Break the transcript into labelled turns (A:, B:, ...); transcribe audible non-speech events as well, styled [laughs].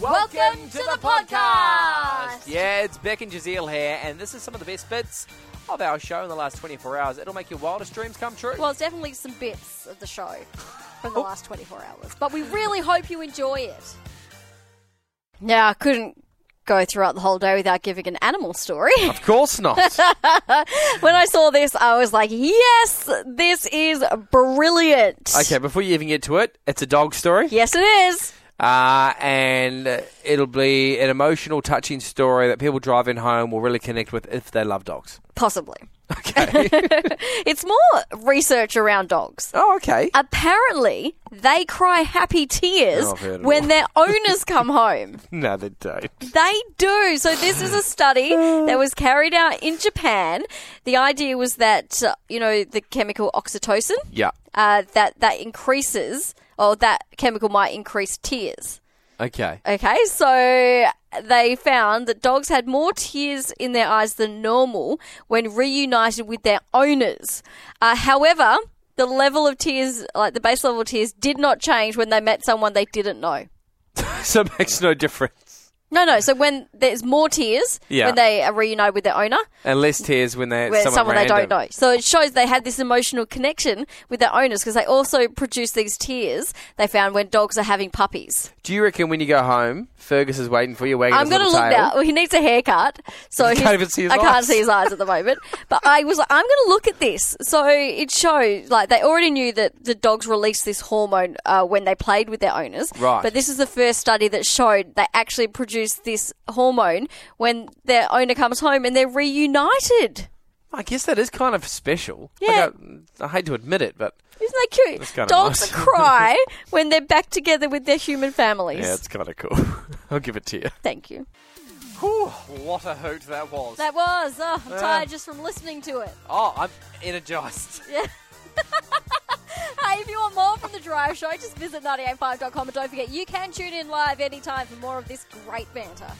A: Welcome to the podcast.
B: Yeah, it's Beck and Giselle here, and this is some of the best bits of our show in the last 24 hours. It'll make your wildest dreams come true.
A: Well, it's definitely some bits of the show from the last 24 hours, but we really hope you enjoy it. Now, I couldn't go throughout the whole day without giving an animal story. [laughs]
B: of course not.
A: when I saw this, I was like, yes, this is brilliant.
B: okay, before you even get to it, it's a dog story.
A: Yes, it is.
B: Uh, and uh, it'll be an emotional, touching story that people driving home will really connect with if they love dogs. [laughs]
A: Possibly. [laughs]
B: Okay.
A: It's more research around dogs.
B: oh, okay.
A: Uh, Apparently, they cry happy tears
B: Oh, I've heard of
A: when
B: all.
A: their owners
B: [laughs]
A: come home.
B: no, they don't.
A: They do. So this is a study that was carried out in Japan. The idea was that uh, you know the chemical oxytocin
B: Yeah.
A: uh, that that increases, or that chemical might increase tears.
B: Okay.
A: Okay, so they found that dogs had more tears in their eyes than normal when reunited with their owners. Uh, however, the level of tears, like the base level of tears, did not change when they met someone they didn't know.
B: so it makes no difference.
A: No, no. So when there's more tears
B: Yeah.
A: when they are reunited with their owner,
B: And less tears when they're
A: where
B: someone,
A: someone they
B: random.
A: don't know. So it shows they had this emotional connection with their owners because they also produce these tears they found when dogs are having puppies.
B: Do you reckon when you go home, Fergus is waiting for you, wagging
A: I'm
B: his
A: going to
B: little
A: look
B: tail?
A: now. Well, he needs a haircut, so
B: You
A: he's-
B: can't even see his
A: I can't
B: eyes.
A: see his eyes at
B: [laughs]
A: the moment. But I was like, I'm going to look at this. So it shows like they already knew that the dogs released this hormone uh, when they played with their owners.
B: Right.
A: But this is the first study that showed they actually produced this hormone when their owner comes home and they're reunited.
B: I guess that is kind of special.
A: Yeah.
B: Like I, I hate to admit it, but
A: Isn't that cute?
B: kinda
A: Dogs
B: nice. [laughs]
A: cry when they're back together with their human families.
B: yeah, it's kind of cool. [laughs] I'll give it to you.
A: Thank you.
B: Whew, what a hoot that was.
A: That was. Oh, I'm
B: Yeah.
A: tired just from listening to it.
B: oh, I'm energized.
A: Hey, if you want more from The Drive Show, just visit 985.com and don't forget you can tune in live anytime for more of this great banter.